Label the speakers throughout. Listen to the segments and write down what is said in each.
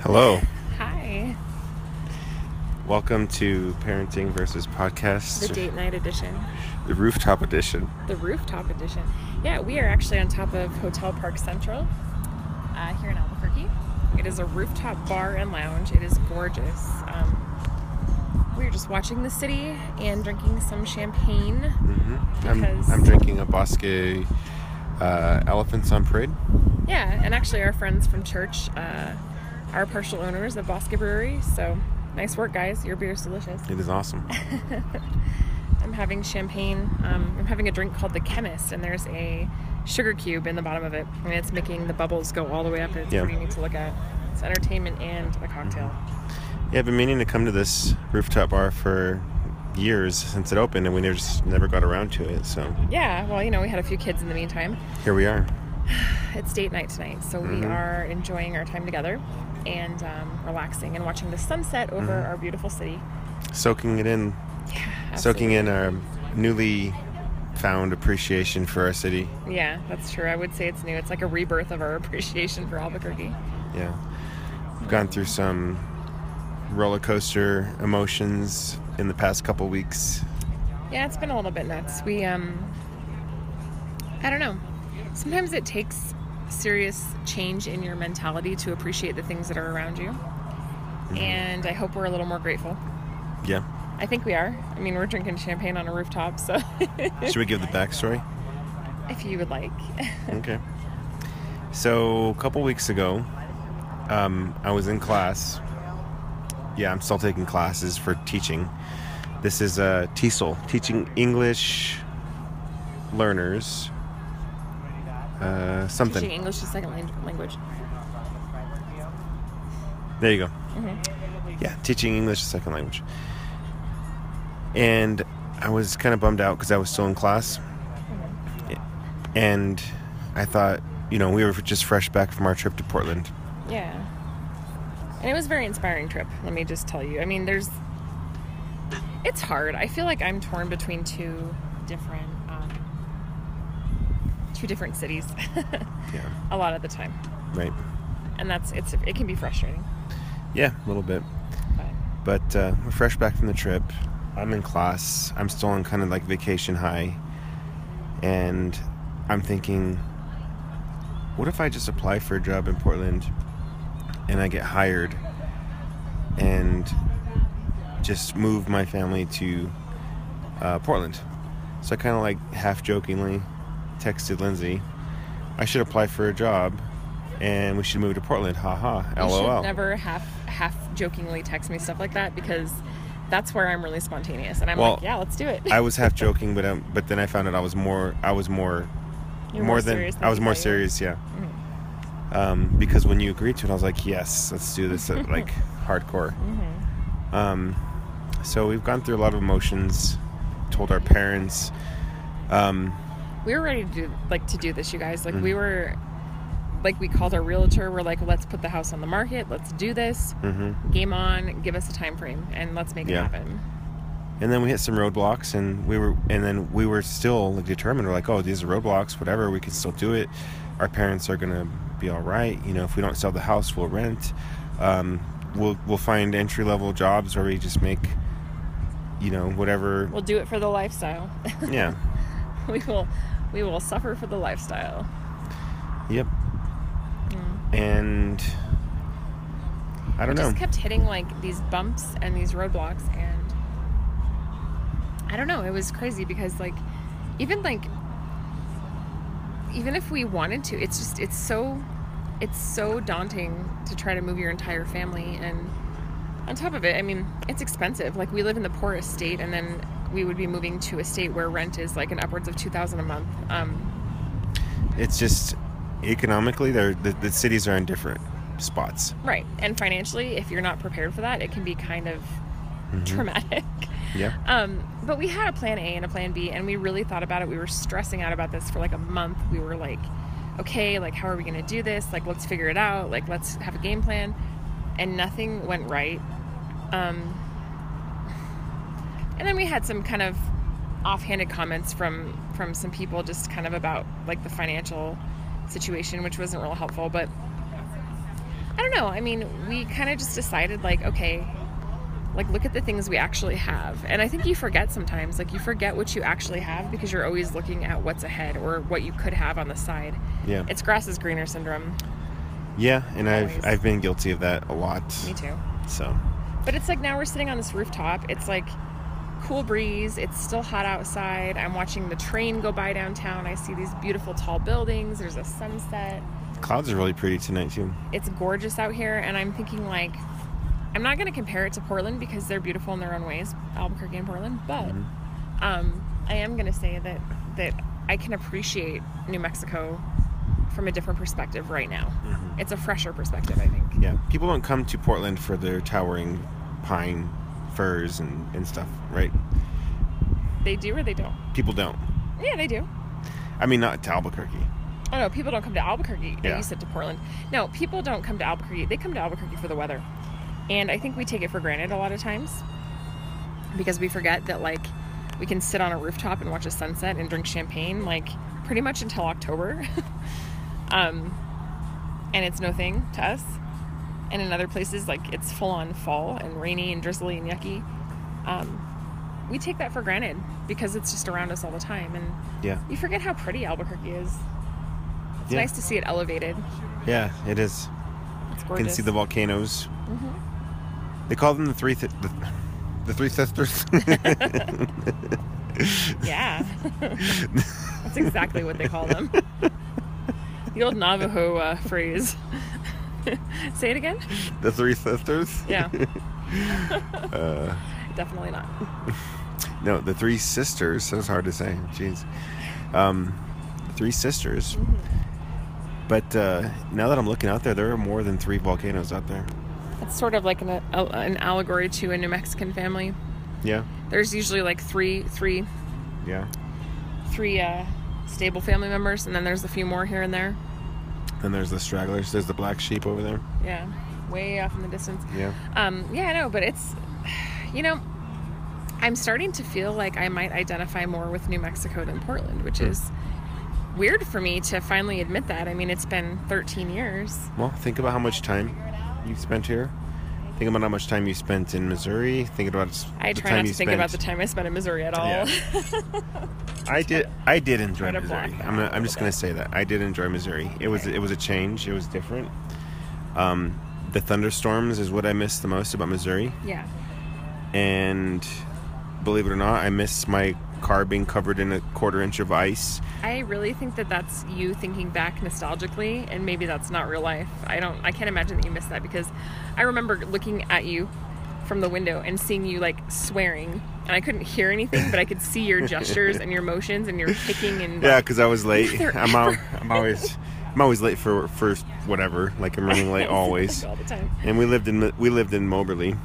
Speaker 1: Hello.
Speaker 2: Hi.
Speaker 1: Welcome to Parenting versus Podcast,
Speaker 2: The date night edition,
Speaker 1: the rooftop edition.
Speaker 2: the rooftop edition. Yeah, we are actually on top of Hotel Park Central uh, here in Albuquerque. It is a rooftop bar and lounge. It is gorgeous. Um, we are just watching the city and drinking some champagne.
Speaker 1: Mm-hmm. I'm,
Speaker 2: Because-
Speaker 1: I'm drinking a Bosque uh, Elephants on Parade.
Speaker 2: Yeah, and actually, our friends from church uh, are partial owners of Bosque Brewery. So nice work, guys. Your beer is delicious.
Speaker 1: It is awesome.
Speaker 2: I'm having champagne. Um, I'm having a drink called the Chemist, and there's a sugar cube in the bottom of it, and it's making the bubbles go all the way up. And it's
Speaker 1: Yeah. Mm-hmm.
Speaker 2: pretty neat to look at. It's entertainment and a cocktail.
Speaker 1: yeah, I've been meaning to come to this rooftop bar for years since it opened, and we never, just never got around to it. So
Speaker 2: Yeah. Well, you know, we had a few kids in the meantime.
Speaker 1: here we are.
Speaker 2: It's date night tonight, so we
Speaker 1: Mhm.
Speaker 2: are enjoying our time together and um, relaxing and watching the sunset over
Speaker 1: Mhm.
Speaker 2: our beautiful city.
Speaker 1: Soaking it in,
Speaker 2: Yeah.
Speaker 1: soaking in our newly found appreciation for our city.
Speaker 2: absolutely. Yeah, that's true. I would say it's new. It's like a rebirth of our appreciation for Albuquerque.
Speaker 1: Yeah. We've gone through some roller coaster emotions in the past couple weeks.
Speaker 2: Yeah, it's been a little bit nuts. We um I don't know. Sometimes it takes serious change in your mentality to appreciate the things that are around you. And I hope we're a little more grateful.
Speaker 1: Yeah.
Speaker 2: I think we are. I mean, we're drinking champagne on a rooftop, so
Speaker 1: Should we give the backstory?
Speaker 2: if you would like.
Speaker 1: Okay. So, a couple weeks ago, um, I was in class. Yeah, I'm still taking classes for teaching. This is uh, TESOL, Teaching English Learners. Uh, something.
Speaker 2: Teaching English as a second lang- language.
Speaker 1: There you go.
Speaker 2: Mhm.
Speaker 1: Yeah, teaching English as a second language. And I was kind of bummed out because I was still in class. And I thought, you know, we were just fresh back from our trip to Portland.
Speaker 2: Yeah. And it was a very inspiring trip, let me just tell you. I mean, there's it's hard. I feel like I'm torn between two different um, two different cities
Speaker 1: Yeah,
Speaker 2: a lot of the time.
Speaker 1: right.
Speaker 2: And that's it's it can be frustrating.
Speaker 1: Yeah, a little bit.
Speaker 2: But
Speaker 1: But uh, we're fresh back from the trip. I'm in class. I'm still on kind of like vacation high. And I'm thinking, what if I just apply for a job in Portland and I get hired and just move my family to uh, Portland? So I kind of like half jokingly texted Lindsay, I should apply for a job and we should move to Portland. Ha ha.
Speaker 2: you
Speaker 1: LOL.
Speaker 2: should never half half jokingly text me stuff like that because that's where I'm really spontaneous and I'm
Speaker 1: Well,
Speaker 2: like, yeah, let's do it.
Speaker 1: I was half joking, but um, but then I found out I was more I was more
Speaker 2: You're
Speaker 1: more
Speaker 2: more
Speaker 1: than,
Speaker 2: serious
Speaker 1: I was more
Speaker 2: people, yeah.
Speaker 1: serious, yeah. Um, because when you agreed to it, I was like, yes, let's do this uh, like hardcore. Um, so we've gone through a lot of emotions. Told our parents. Um,
Speaker 2: we were ready to do like to do this you guys like we were like we called our realtor we're like let's put the house on the market let's do this
Speaker 1: mhm.
Speaker 2: game on give us a time frame and let's make
Speaker 1: Yeah.
Speaker 2: it happen
Speaker 1: And then we hit some roadblocks, and we were and then we were still like determined. We're like, oh, these are roadblocks. Whatever, we can still do it. Our parents are gonna be all right. You know, if we don't sell the house, we'll rent. Um, we'll we'll find entry level jobs where we just make, you know, whatever.
Speaker 2: we'll do it for the lifestyle
Speaker 1: Yeah.
Speaker 2: we will we will suffer for the lifestyle
Speaker 1: Yep. And I don't
Speaker 2: we
Speaker 1: know.
Speaker 2: just kept hitting like these bumps and these roadblocks and i don't know it was crazy because like even like even if we wanted to it's just it's so it's so daunting to try to move your entire family and on top of it i mean it's expensive like we live in the poorest state and then we would be moving to a state where rent is like an upwards of 2000 a month um,
Speaker 1: it's just economically, they're, the, the cities are in different spots.
Speaker 2: right and financially if you're not prepared for that it can be kind of
Speaker 1: Mm-hmm.
Speaker 2: traumatic
Speaker 1: Yeah.
Speaker 2: Um, but we had a plan A and a plan B, and we really thought about it. We were stressing out about this for like a month. We were like, okay, like, how are we going to do this? Like, let's figure it out. Like, let's have a game plan. And nothing went right. Um, and then we had some kind of offhanded comments from from some people just kind of about like the financial situation which wasn't real helpful but i don't know. I mean, we kind of just decided like, okay, like look at the things we actually have. And I think you forget sometimes, like you forget what you actually have because you're always looking at what's ahead or what you could have on the side.
Speaker 1: Yeah.
Speaker 2: It's grass is greener syndrome.
Speaker 1: Yeah, and
Speaker 2: Always.
Speaker 1: I've I've been guilty of that a lot.
Speaker 2: Me too.
Speaker 1: So
Speaker 2: But it's like now we're sitting on this rooftop. It's like cool breeze. It's still hot outside. I'm watching the train go by downtown. I see these beautiful tall buildings. There's a sunset.
Speaker 1: clouds are really pretty tonight too.
Speaker 2: It's gorgeous out here and I'm thinking like I'm not going to compare it to Portland because they're beautiful in their own ways, Albuquerque and Portland, but um, I am going to say that that I can appreciate New Mexico from a different perspective right now. It's a fresher perspective, I think.
Speaker 1: Yeah, people don't come to Portland for their towering pine firs and, and stuff, right?
Speaker 2: They do or they don't.
Speaker 1: People don't.
Speaker 2: Yeah, they do.
Speaker 1: I mean, not to Albuquerque.
Speaker 2: Oh no, people don't come to Albuquerque.
Speaker 1: Yeah.
Speaker 2: You said to Portland. No, people don't come to Albuquerque. They come to Albuquerque for the weather, and I think we take it for granted a lot of times because we forget that like we can sit on a rooftop and watch a sunset and drink champagne like pretty much until October, um, and it's no thing to us. And in other places, like it's full on fall and rainy and drizzly and yucky. Um, we take that for granted because it's just around us all the time, and
Speaker 1: Yeah,
Speaker 2: you forget how pretty Albuquerque is. It's
Speaker 1: Yeah.
Speaker 2: nice to see it elevated.
Speaker 1: yeah, it is.
Speaker 2: It's
Speaker 1: You
Speaker 2: gorgeous.
Speaker 1: can see the volcanoes.
Speaker 2: Mhm.
Speaker 1: They call them the three, th- the, the three sisters.
Speaker 2: Yeah. That's exactly what they call them. The old Navajo uh, phrase. Say it again?
Speaker 1: the three sisters.
Speaker 2: Yeah,
Speaker 1: Uh,
Speaker 2: definitely not.
Speaker 1: no, the three sisters. That's hard to say. Jeez. Um, three sisters.
Speaker 2: Mm-hmm.
Speaker 1: But uh, now that I'm looking out there, there are more than three volcanoes out there.
Speaker 2: It's sort of like an, a, an allegory to a New Mexican family.
Speaker 1: Yeah.
Speaker 2: There's usually like three, three,
Speaker 1: Yeah.
Speaker 2: three uh, stable family members, and then there's a few more here and there.
Speaker 1: Then there's the stragglers. There's the black sheep over there.
Speaker 2: Yeah, way off in the distance.
Speaker 1: Yeah.
Speaker 2: Um, yeah, I know, but it's, you know, I'm starting to feel like I might identify more with New Mexico than Portland, which
Speaker 1: Hmm.
Speaker 2: is weird for me to finally admit that. I mean, it's been 13 years.
Speaker 1: Well, think about how much time you spent here. Think about how much time you spent in Missouri. Think about s-
Speaker 2: I
Speaker 1: the
Speaker 2: try
Speaker 1: time
Speaker 2: not
Speaker 1: you
Speaker 2: to think
Speaker 1: spent.
Speaker 2: about the time I spent in Missouri at all.
Speaker 1: Yeah. I did. I did enjoy
Speaker 2: Try to block
Speaker 1: Missouri.
Speaker 2: that
Speaker 1: I'm,
Speaker 2: out
Speaker 1: gonna,
Speaker 2: a
Speaker 1: I'm
Speaker 2: little
Speaker 1: just going
Speaker 2: bit.
Speaker 1: to say that I did enjoy Missouri. It was.
Speaker 2: Okay.
Speaker 1: It was a change. It was different. Um, the thunderstorms is what I miss the most about Missouri.
Speaker 2: yeah.
Speaker 1: And believe it or not, I miss my car being covered in a quarter inch of ice.
Speaker 2: I really think that that's you thinking back nostalgically, and maybe that's not real life. I don't, I can't imagine that you missed that because I remember looking at you from the window and seeing you like swearing, and I couldn't hear anything, but I could see your gestures and your motions and your kicking and
Speaker 1: Yeah, because I was late.
Speaker 2: They're
Speaker 1: I'm, al- I'm always. I'm always late for for whatever. Like I'm running late always.
Speaker 2: all the time.
Speaker 1: And we lived in we lived in Moberly.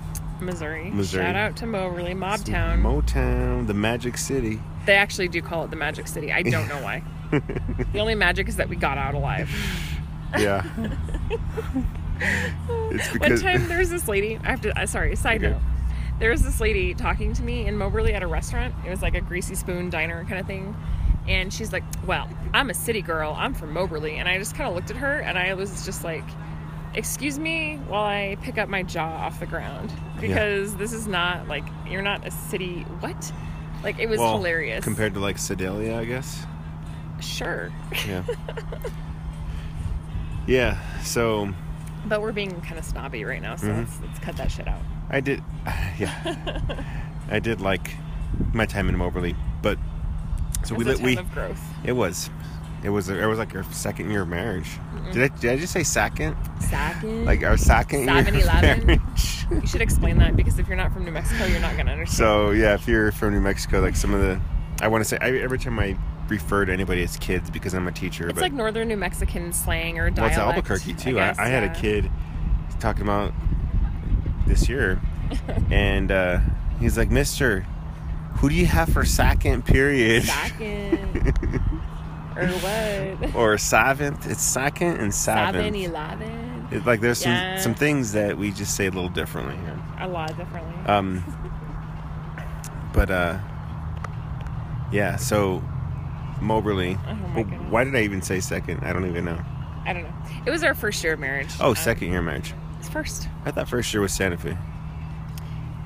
Speaker 2: Missouri.
Speaker 1: Missouri.
Speaker 2: Shout out to Moberly, Mobtown.
Speaker 1: Motown, the Magic City.
Speaker 2: they actually do call it the Magic City. I don't know why. the only magic is that we got out alive.
Speaker 1: Yeah. It's because-
Speaker 2: One time there was this lady. I have to. Uh, sorry. Side
Speaker 1: Okay.
Speaker 2: note. There was this lady talking to me in Moberly at a restaurant. It was like a greasy spoon diner kind of thing. And she's like, "Well, I'm a city girl. I'm from Moberly." And I just kind of looked at her, and I was just like, "Excuse me, while I pick up my jaw off the ground, because this is not like you're not a city. What? Like it was
Speaker 1: Well,
Speaker 2: hilarious.
Speaker 1: Compared to like Sedalia, I guess.
Speaker 2: sure,
Speaker 1: Yeah. yeah. So
Speaker 2: but we're being kind of snobby right now, so
Speaker 1: Mhm.
Speaker 2: let's, let's cut that shit out.
Speaker 1: I did. Yeah. I did like my time in Moberly, but so we
Speaker 2: It's a
Speaker 1: li-
Speaker 2: time
Speaker 1: we
Speaker 2: of growth.
Speaker 1: it was it was it was like our second year of marriage.
Speaker 2: Mm-hmm.
Speaker 1: Did I did I just say second?
Speaker 2: Second,
Speaker 1: Like our second year of
Speaker 2: 7-Eleven.
Speaker 1: marriage.
Speaker 2: You should explain that because if you're not from New Mexico, you're not gonna understand.
Speaker 1: So yeah, if you're from New Mexico, like some of the, I want to say I, every time I refer to anybody as kids because I'm a teacher,
Speaker 2: it's
Speaker 1: but
Speaker 2: like northern New Mexican slang or
Speaker 1: well,
Speaker 2: dialect.
Speaker 1: it's Albuquerque too. I,
Speaker 2: guess,
Speaker 1: I, had
Speaker 2: yeah.
Speaker 1: a kid talking about this year, and uh, he's like, "Mister, who do you have for second period?"
Speaker 2: Second or what?
Speaker 1: or seventh? It's second and
Speaker 2: Seven
Speaker 1: seventh.
Speaker 2: eleven.
Speaker 1: It's like there's some
Speaker 2: Yeah.
Speaker 1: some things that we just say a little differently here.
Speaker 2: A lot differently.
Speaker 1: Um, but uh, yeah. So Moberly.
Speaker 2: Oh my
Speaker 1: Well,
Speaker 2: goodness. Oh
Speaker 1: why did I even say second? I don't even know.
Speaker 2: I don't know. It was our first year of marriage.
Speaker 1: Oh,
Speaker 2: Um,
Speaker 1: second year marriage.
Speaker 2: It's first.
Speaker 1: I thought first year was Santa Fe.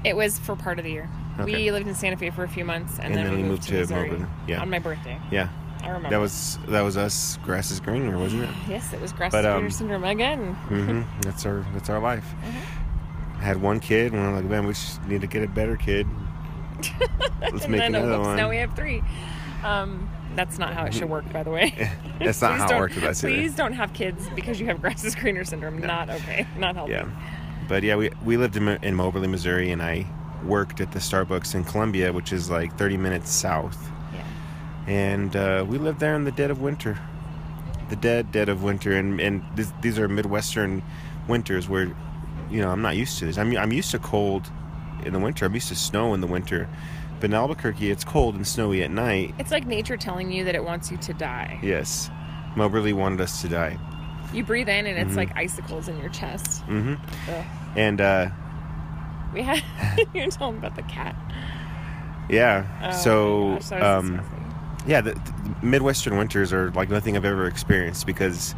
Speaker 2: It was for part of the year.
Speaker 1: Okay.
Speaker 2: We lived in Santa Fe for a few months,
Speaker 1: And
Speaker 2: and, then, we moved, to, Missouri
Speaker 1: Melbourne. Yeah.
Speaker 2: on my birthday.
Speaker 1: Yeah,
Speaker 2: I remember.
Speaker 1: that was that was us. Grass is greener, wasn't it?
Speaker 2: yes, it was grass
Speaker 1: But,
Speaker 2: fever
Speaker 1: um,
Speaker 2: syndrome again.
Speaker 1: hmm That's our that's our life.
Speaker 2: Mm-hmm.
Speaker 1: Had one kid, and we're like, man, we just need to get a better kid. Let's
Speaker 2: and
Speaker 1: make
Speaker 2: then, oh,
Speaker 1: another
Speaker 2: whoops,
Speaker 1: one.
Speaker 2: Now we have three. Um, that's not how it should work, by the way.
Speaker 1: That's not
Speaker 2: Please
Speaker 1: how it
Speaker 2: don't-
Speaker 1: worked with us either.
Speaker 2: Please don't have kids because you have grass is greener syndrome. Not okay. Not healthy.
Speaker 1: Yeah, but yeah, we we lived in, Mo- in Moberly, Missouri, and I worked at the Starbucks in Columbia, which is like 30 minutes south,
Speaker 2: Yeah.
Speaker 1: and uh, we lived there in the dead of winter, the dead dead of winter, and and this, these are midwestern winters where, you know, I'm not used to this. I'm I'm used to cold in the winter. I'm used to snow in the winter, but in Albuquerque, it's cold and snowy at night.
Speaker 2: It's like nature telling you that it wants you to die.
Speaker 1: Yes, Moberly wanted us to die.
Speaker 2: You breathe in and it's
Speaker 1: Mhm.
Speaker 2: like icicles in your chest.
Speaker 1: hmm
Speaker 2: Ugh.
Speaker 1: And uh,
Speaker 2: We had you tell them about the cat. Oh
Speaker 1: yeah,
Speaker 2: my
Speaker 1: so.
Speaker 2: gosh, that was
Speaker 1: um,
Speaker 2: disgusting.
Speaker 1: Yeah, the, the Midwestern winters are like nothing I've ever experienced because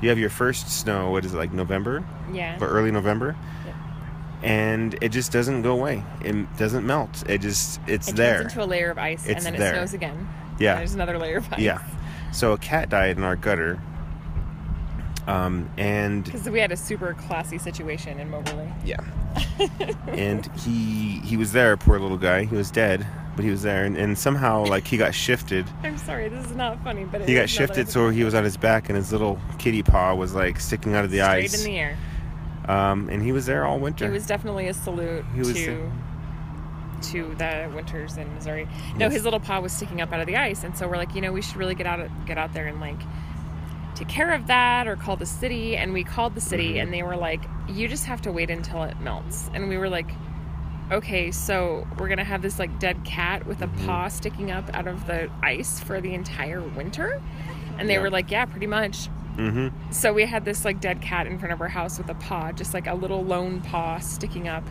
Speaker 1: you have your first snow, what is it, like November
Speaker 2: yeah.
Speaker 1: or early November?
Speaker 2: Yep.
Speaker 1: And it just doesn't go away. It doesn't melt. It just, it's
Speaker 2: it
Speaker 1: there.
Speaker 2: turns into a layer of ice
Speaker 1: It's
Speaker 2: and then
Speaker 1: there.
Speaker 2: it snows again.
Speaker 1: Yeah.
Speaker 2: And there's another layer of ice.
Speaker 1: yeah. So a cat died in our gutter. Um, and
Speaker 2: Because we had a super classy situation in Moberly.
Speaker 1: yeah. and he he was there, poor little guy. He was dead, but he was there. And, and somehow, like, he got shifted.
Speaker 2: I'm sorry, this is not funny, but it
Speaker 1: He got
Speaker 2: is now that I
Speaker 1: shifted
Speaker 2: think
Speaker 1: so he was on his back and his little kitty paw was, like, sticking out of the
Speaker 2: straight
Speaker 1: ice.
Speaker 2: in the air.
Speaker 1: um, and he was there all winter.
Speaker 2: It was definitely a salute
Speaker 1: He was
Speaker 2: to to the winters in Missouri. No,
Speaker 1: Yes.
Speaker 2: his little paw was sticking up out of the ice, and so we're like, you know, we should really get out get out there and like take care of that or call the city. And we called the city,
Speaker 1: Mhm.
Speaker 2: and they were like, you just have to wait until it melts. And we were like. Okay, so we're gonna have this like dead cat with a
Speaker 1: Mhm.
Speaker 2: paw sticking up out of the ice for the entire winter, and they
Speaker 1: Yeah.
Speaker 2: were like, "Yeah, pretty much."
Speaker 1: hmm
Speaker 2: So we had this like dead cat in front of our house with a paw, just like a little lone paw sticking up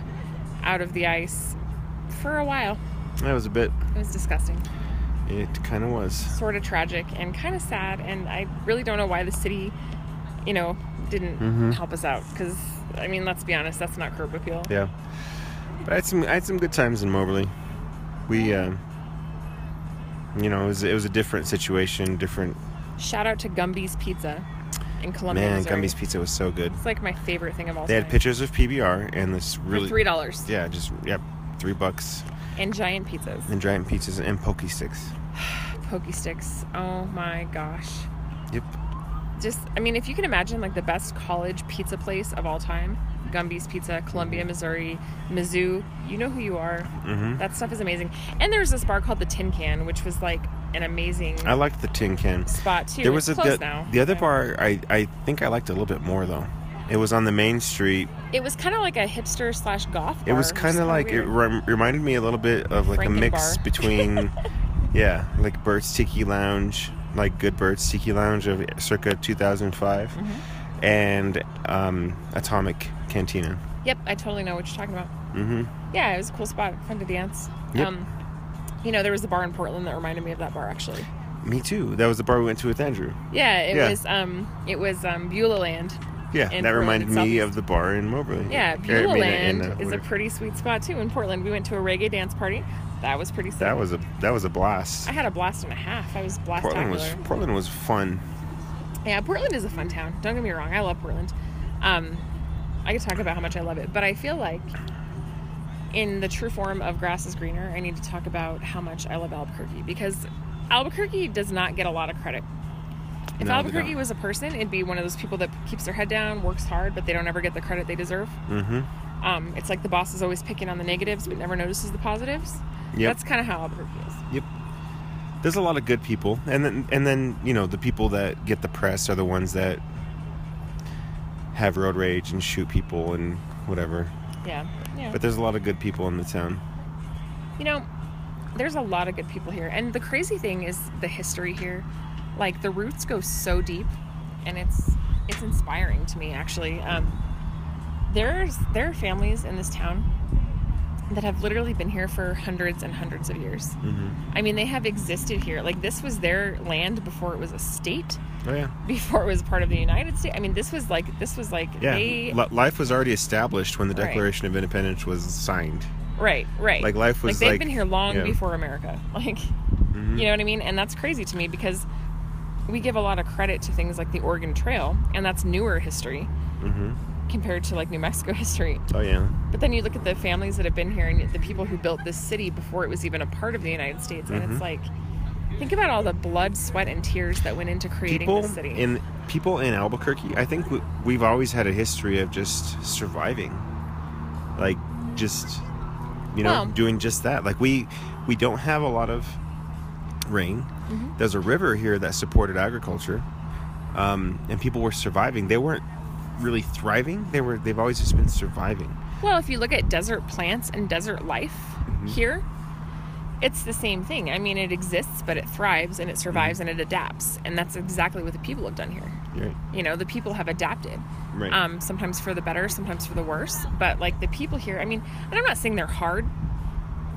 Speaker 2: out of the ice for a while.
Speaker 1: That was a bit.
Speaker 2: It was disgusting,
Speaker 1: It kind of was.
Speaker 2: sort of tragic, and kind of sad. And I really don't know why the city, you know, didn't
Speaker 1: Mhm.
Speaker 2: help us out. Because I mean, let's be honest, that's not curb appeal.
Speaker 1: Yeah. But I had some. I had some good times in Moberly. We, uh, you know, it was it was a different situation. Different.
Speaker 2: Shout out to Gumby's Pizza in Columbia.
Speaker 1: man,
Speaker 2: Missouri.
Speaker 1: Gumby's Pizza was so good.
Speaker 2: It's like my favorite thing of all
Speaker 1: They
Speaker 2: time.
Speaker 1: had pictures of PBR and this
Speaker 2: For
Speaker 1: really.
Speaker 2: three dollars
Speaker 1: Yeah, just yeah, three bucks
Speaker 2: and giant pizzas,
Speaker 1: and giant pizzas and pokey sticks.
Speaker 2: pokey sticks. Oh my gosh.
Speaker 1: Yep.
Speaker 2: just I mean, if you can imagine like the best college pizza place of all time, Gumby's Pizza, Columbia, Missouri, Mizzou, you know who you are.
Speaker 1: hmm
Speaker 2: That stuff is amazing. And there's this bar called the Tin Can, which was like an amazing
Speaker 1: I liked the tin can.
Speaker 2: spot too.
Speaker 1: There was a
Speaker 2: it's closed
Speaker 1: the,
Speaker 2: now.
Speaker 1: the other
Speaker 2: so-
Speaker 1: bar. I I think I liked a little bit more though. It was on the main street.
Speaker 2: It was kind of like a hipster slash goth.
Speaker 1: It
Speaker 2: bar,
Speaker 1: was
Speaker 2: which
Speaker 1: kind
Speaker 2: is
Speaker 1: of like it
Speaker 2: weird.
Speaker 1: rem- reminded me a little bit of like a
Speaker 2: Franken
Speaker 1: mix
Speaker 2: bar.
Speaker 1: between, yeah, like Burt's Tiki Lounge, like Good Burt's Tiki Lounge of circa 2005,
Speaker 2: Mm-hmm.
Speaker 1: and um, Atomic Cantina.
Speaker 2: Yep, I totally know what you're talking about.
Speaker 1: hmm
Speaker 2: Yeah, it was a cool spot, fun to dance.
Speaker 1: Yep.
Speaker 2: Um, you know, there was a bar in Portland that reminded me of that bar actually.
Speaker 1: Me too. That was the bar we went to with Andrew.
Speaker 2: Yeah, it
Speaker 1: Yeah.
Speaker 2: was um, it was um, Beulah Land.
Speaker 1: Yeah,
Speaker 2: In
Speaker 1: that
Speaker 2: Portland
Speaker 1: reminded me
Speaker 2: itself.
Speaker 1: of the bar in Moberly.
Speaker 2: Yeah,
Speaker 1: Or, I
Speaker 2: Beulah
Speaker 1: mean, in,
Speaker 2: Land
Speaker 1: uh,
Speaker 2: is a
Speaker 1: whatever.
Speaker 2: pretty sweet spot too in Portland. We went to a reggae dance party. That was pretty sick.
Speaker 1: that was a that was a blast.
Speaker 2: I had a blast and a half. I was blast
Speaker 1: Portland was Portland was fun.
Speaker 2: Yeah, Portland is a fun town. Don't get me wrong. I love Portland. Um, I could talk about how much I love it, but I feel like in the true form of grass is greener, I need to talk about how much I love Albuquerque because Albuquerque does not get a lot of credit. If
Speaker 1: No, they
Speaker 2: Albuquerque
Speaker 1: don't.
Speaker 2: was a person, it'd be one of those people that keeps their head down, works hard, but they don't ever get the credit they deserve.
Speaker 1: hmm
Speaker 2: Um, it's like the boss is always picking on the negatives but never notices the positives.
Speaker 1: Yep.
Speaker 2: That's kind of how Albuquerque is.
Speaker 1: Yep. There's a lot of good people, and then and then you know the people that get the press are the ones that have road rage and shoot people and whatever.
Speaker 2: Yeah. Yeah.
Speaker 1: But there's a lot of good people in the town.
Speaker 2: you know, there's a lot of good people here. And the crazy thing is the history here. Like the roots go so deep and it's it's inspiring to me actually. Um, there's there are families in this town that have literally been here for hundreds and hundreds of years.
Speaker 1: hmm
Speaker 2: I mean, they have existed here. Like this was their land before it was a state,
Speaker 1: Oh yeah.
Speaker 2: before it was part of the United States. I mean, this was like this was like
Speaker 1: Yeah.
Speaker 2: they
Speaker 1: Li- life was already established when the
Speaker 2: Right.
Speaker 1: Declaration of Independence was signed.
Speaker 2: right, right.
Speaker 1: Like life
Speaker 2: like
Speaker 1: was
Speaker 2: they've
Speaker 1: like,
Speaker 2: been here long
Speaker 1: yeah.
Speaker 2: before America. Like
Speaker 1: Mhm.
Speaker 2: You know what I mean? And that's crazy to me because we give a lot of credit to things like the Oregon Trail, and that's newer history
Speaker 1: Mhm.
Speaker 2: compared to like New Mexico history.
Speaker 1: Oh yeah.
Speaker 2: But then you look at the families that have been here and the people who built this city before it was even a part of the United States, and
Speaker 1: Mm-hmm.
Speaker 2: it's like, think about all the blood, sweat, and tears that went into creating
Speaker 1: people
Speaker 2: this city.
Speaker 1: in people in Albuquerque, I think we, we've always had a history of just surviving, like just you know
Speaker 2: Well-
Speaker 1: doing just that. Like we we don't have a lot of rain.
Speaker 2: Mm-hmm.
Speaker 1: There's a river here that supported agriculture, um, and people were surviving. They weren't really thriving. They were they've always just been surviving.
Speaker 2: well, if you look at desert plants and desert life here, it's the same thing. I mean, it exists, but it thrives and it survives and it adapts, and that's exactly what the people have done here.
Speaker 1: Right.
Speaker 2: you know the people have adapted
Speaker 1: Right.
Speaker 2: um, sometimes for the better sometimes for the worse but like the people here i mean and i'm not saying they're hard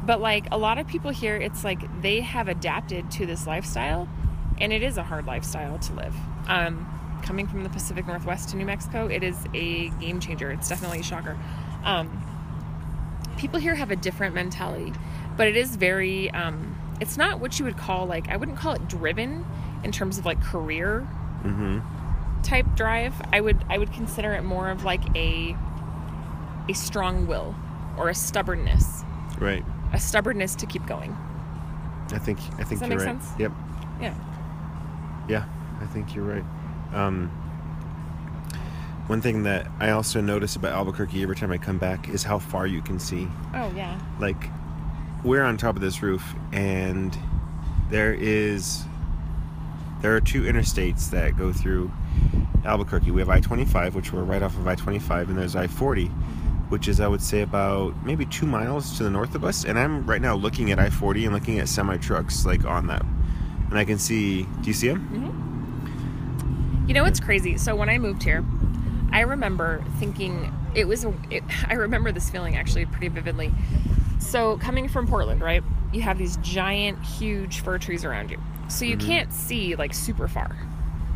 Speaker 2: but like a lot of people here it's like they have adapted to this lifestyle and it is a hard lifestyle to live um, coming from the pacific northwest to new mexico it is a game changer it's definitely a shocker um, people here have a different mentality but it is very um, it's not what you would call like i wouldn't call it driven in terms of like career
Speaker 1: hmm
Speaker 2: type drive i would i would consider it more of like a a strong will or a stubbornness
Speaker 1: Right.
Speaker 2: a stubbornness to keep going
Speaker 1: I think I think
Speaker 2: that
Speaker 1: you're
Speaker 2: make
Speaker 1: right.
Speaker 2: sense?
Speaker 1: Yep.
Speaker 2: yeah
Speaker 1: Yeah, I think you're right. Um, one thing that I also notice about Albuquerque every time I come back is how far you can see.
Speaker 2: oh yeah
Speaker 1: Like, we're on top of this roof, and there is there are two interstates that go through Albuquerque. We have I-25, which we're right off of I-25, and there's I-40, which is I would say about maybe two miles to the north of us. And I'm right now looking at I-40 and looking at semi trucks like on that, and I can see. Do you see them?
Speaker 2: you know what's crazy so when i moved here i remember thinking it was a- it, i remember this feeling actually pretty vividly so coming from portland right you have these giant huge fir trees around you so you can't see like super far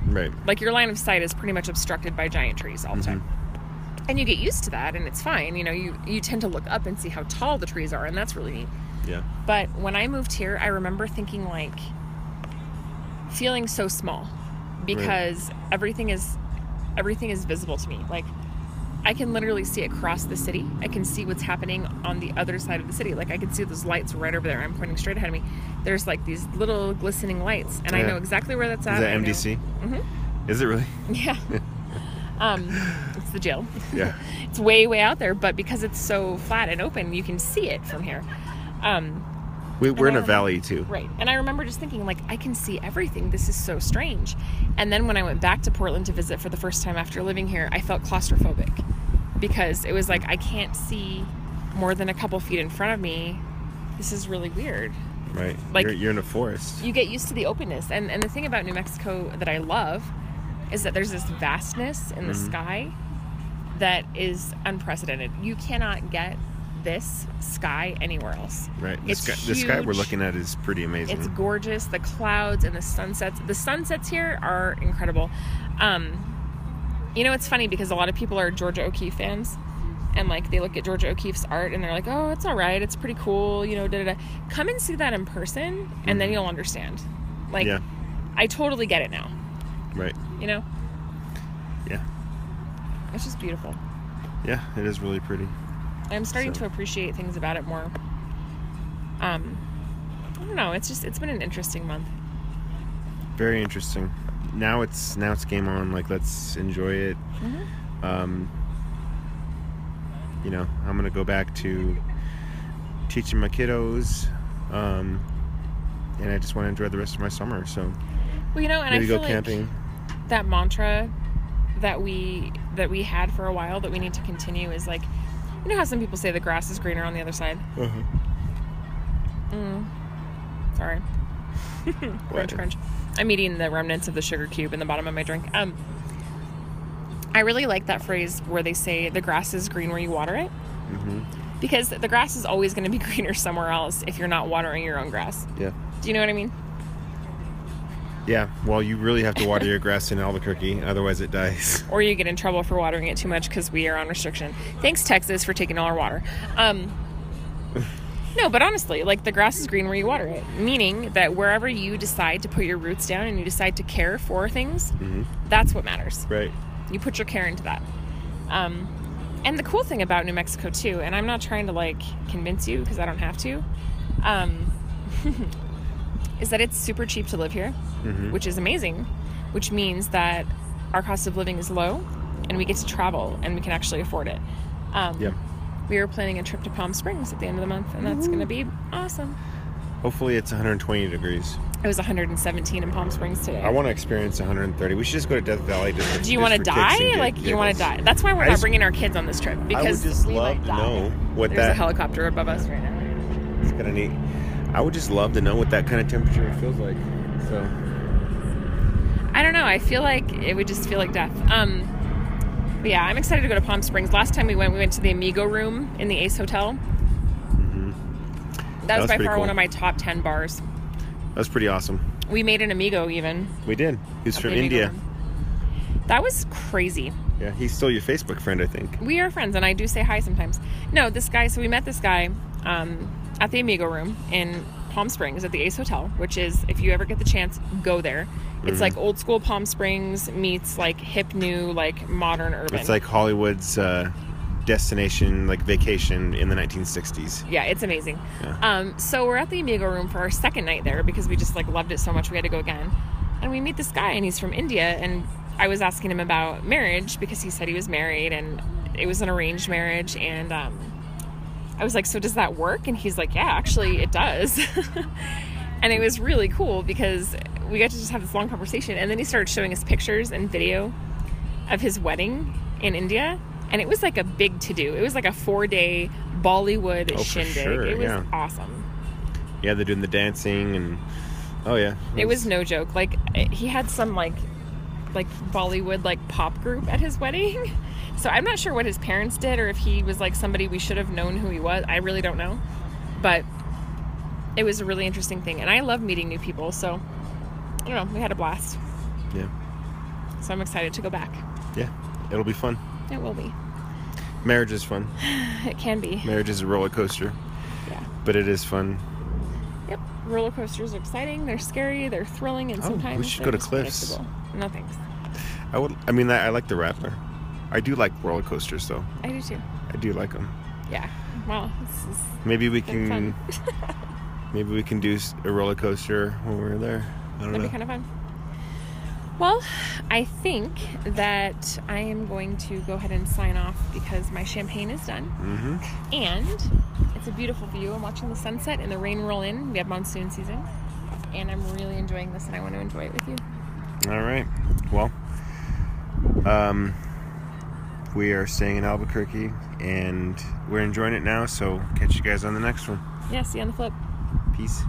Speaker 1: Right.
Speaker 2: like your line of sight is pretty much obstructed by giant trees all the time
Speaker 1: Mm-hmm.
Speaker 2: and you get used to that and it's fine you know you you tend to look up and see how tall the trees are and that's really neat
Speaker 1: Yeah.
Speaker 2: but when i moved here i remember thinking like feeling so small because everything is everything is visible to me like i can literally see across the city i can see what's happening on the other side of the city like i can see those lights right over there i'm pointing straight ahead of me there's like these little glistening lights and i
Speaker 1: Yeah.
Speaker 2: know exactly where that's at
Speaker 1: Is
Speaker 2: I
Speaker 1: that
Speaker 2: know- Mm-hmm.
Speaker 1: MDC? Is it really?
Speaker 2: yeah. um, it's the jail.
Speaker 1: Yeah.
Speaker 2: It's way, way out there, but because it's so flat and open, you can see it from here. Um,
Speaker 1: We, we're in
Speaker 2: I
Speaker 1: a
Speaker 2: remember-
Speaker 1: valley too.
Speaker 2: right. And I remember just thinking, like, I can see everything. This is so strange. And then when I went back to Portland to visit for the first time after living here, I felt claustrophobic because it was like, I can't see more than a couple feet in front of me. This is really weird.
Speaker 1: Right.
Speaker 2: Like-
Speaker 1: you're, you're in a forest.
Speaker 2: you get used to the openness and and the thing about new mexico that i love is that there's this vastness in the
Speaker 1: Mm-hmm.
Speaker 2: sky that is unprecedented you cannot get this sky anywhere else
Speaker 1: Right. The
Speaker 2: it's
Speaker 1: sky, the sky we're
Speaker 2: huge.
Speaker 1: looking at is pretty amazing.
Speaker 2: it's gorgeous the clouds and the sunsets the sunsets here are incredible um you know it's funny because a lot of people are georgia o'keeffe fans and like they look at georgia o'keeffe's art and they're like oh it's all right it's pretty cool you know da da da come and see that in person and then you'll understand like
Speaker 1: Mm-hmm. yeah.
Speaker 2: I totally get it now.
Speaker 1: Right.
Speaker 2: You know,
Speaker 1: Yeah.
Speaker 2: it's just beautiful.
Speaker 1: Yeah. It is really pretty.
Speaker 2: I'm starting
Speaker 1: So-
Speaker 2: to appreciate things about it more. Um, I don't know. It's just it's been an interesting month.
Speaker 1: Very interesting. Now it's now it's game on. Like let's enjoy it. Um, you know, I'm gonna go back to teaching my kiddos, um, and I just want to enjoy the rest of my summer. So
Speaker 2: Well, you know, and
Speaker 1: maybe
Speaker 2: I feel
Speaker 1: go
Speaker 2: like
Speaker 1: camping.
Speaker 2: that mantra that we that we had for a while that we need to continue is like, you know how some people say the grass is greener on the other side.
Speaker 1: Uh-huh.
Speaker 2: Mm. Sorry.
Speaker 1: What?
Speaker 2: crunch, crunch. I'm eating the remnants of the sugar cube in the bottom of my drink. Um, I really like that phrase where they say the grass is green where you water it.
Speaker 1: Mhm.
Speaker 2: because the grass is always going to be greener somewhere else if you're not watering your own grass.
Speaker 1: Yeah.
Speaker 2: Do you know what I mean?
Speaker 1: Yeah. Well, you really have to water your grass in Albuquerque, otherwise it dies.
Speaker 2: Or you get in trouble for watering it too much because we are on restriction. Thanks, Texas, for taking all our water. Um, no, but honestly, like the grass is green where you water it, meaning that wherever you decide to put your roots down and you decide to care for things, that's what matters.
Speaker 1: Right.
Speaker 2: you put your care into that. Um, and the cool thing about New Mexico too, and I'm not trying to like convince you because I don't have to, um, is that it's super cheap to live here,
Speaker 1: Mm-hmm.
Speaker 2: which is amazing, which means that our cost of living is low, and we get to travel and we can actually afford it. Um,
Speaker 1: Yeah.
Speaker 2: We are planning a trip to Palm Springs at the end of the month, and that's going to be awesome.
Speaker 1: Hopefully it's 120 degrees.
Speaker 2: It was 117 in Palm Springs today.
Speaker 1: I want to experience 130. We should just go to Death Valley. Just for-
Speaker 2: Do you
Speaker 1: just
Speaker 2: want to
Speaker 1: for kicks and
Speaker 2: die?
Speaker 1: gig-
Speaker 2: Like you want to
Speaker 1: giggles.
Speaker 2: die? That's why we're
Speaker 1: I
Speaker 2: not
Speaker 1: just-
Speaker 2: bringing our kids on this trip because
Speaker 1: I would just
Speaker 2: we
Speaker 1: love
Speaker 2: might
Speaker 1: to
Speaker 2: die.
Speaker 1: know what
Speaker 2: There's
Speaker 1: that.
Speaker 2: a helicopter above us right now.
Speaker 1: It's kind of neat. I would just love to know what that kind of temperature feels like. So
Speaker 2: I don't know. I feel like it would just feel like death. Um, but yeah, I'm excited to go to Palm Springs. Last time we went, we went to the Amigo Room in the Ace Hotel. That
Speaker 1: Mm-hmm. That
Speaker 2: was
Speaker 1: was
Speaker 2: by
Speaker 1: pretty
Speaker 2: far
Speaker 1: cool.
Speaker 2: one of my top ten bars.
Speaker 1: that's pretty awesome.
Speaker 2: We made an Amigo even.
Speaker 1: We did. He's
Speaker 2: at
Speaker 1: from
Speaker 2: the Amigo
Speaker 1: India.
Speaker 2: Room. That was crazy.
Speaker 1: Yeah, he's still your Facebook friend, I think.
Speaker 2: we are friends and i do say hi sometimes no this guy so we met this guy um, at the amigo room in palm springs at the ace hotel which is if you ever get the chance go there
Speaker 1: Mm-hmm.
Speaker 2: it's like old school palm springs meets like hip new like modern urban
Speaker 1: It's like Hollywood's uh, destination, like vacation in the 1960s.
Speaker 2: yeah it's amazing
Speaker 1: Yeah.
Speaker 2: um, so we're at the amigo room for our second night there because we just like loved it so much we had to go again and we meet this guy and he's from india and i was asking him about marriage because he said he was married and it was an arranged marriage and um, i was like so does that work and he's like yeah actually it does and it was really cool because we got to just have this long conversation and then he started showing us pictures and video of his wedding in India, and it was like a big to do. It was like a four day Bollywood
Speaker 1: Oh, for
Speaker 2: shindig.
Speaker 1: sure,
Speaker 2: it was
Speaker 1: yeah.
Speaker 2: awesome.
Speaker 1: Yeah, they're doing the dancing and oh yeah.
Speaker 2: It was no joke. Like it- he had some like like Bollywood like pop group at his wedding. So I'm not sure what his parents did or if he was like somebody we should have known who he was. I really don't know. But it was a really interesting thing and I love meeting new people, so I don't know, we had a blast.
Speaker 1: Yeah,
Speaker 2: So I'm excited to go back.
Speaker 1: yeah. It'll be fun.
Speaker 2: It will be.
Speaker 1: Marriage is fun.
Speaker 2: It can be.
Speaker 1: Marriage is a roller coaster,
Speaker 2: Yeah.
Speaker 1: but it is fun.
Speaker 2: Yep. Roller coasters are exciting. They're scary. They're thrilling, and
Speaker 1: Oh, we
Speaker 2: sometimes
Speaker 1: should
Speaker 2: they're
Speaker 1: go to
Speaker 2: just
Speaker 1: Cliffs.
Speaker 2: predictable. No thanks.
Speaker 1: I would. I mean, I, I like the Rattler. I do like roller coasters, though.
Speaker 2: I do too.
Speaker 1: I do like them.
Speaker 2: Yeah. Well, this is
Speaker 1: Maybe we
Speaker 2: been
Speaker 1: can. maybe we can do s- a roller coaster when we're there. I don't
Speaker 2: that'd
Speaker 1: know.
Speaker 2: be kind of fun. Well, I think that I am going to go ahead and sign off because my champagne is done,
Speaker 1: hmm
Speaker 2: and it's a beautiful view. I'm watching the sunset and the rain roll in. We have monsoon season, and I'm really enjoying this, and I want to enjoy it with you.
Speaker 1: All right. Well, um, we are staying in Albuquerque, and we're enjoying it now. So catch you guys on the next one.
Speaker 2: Yeah. See you on the flip.
Speaker 1: Peace.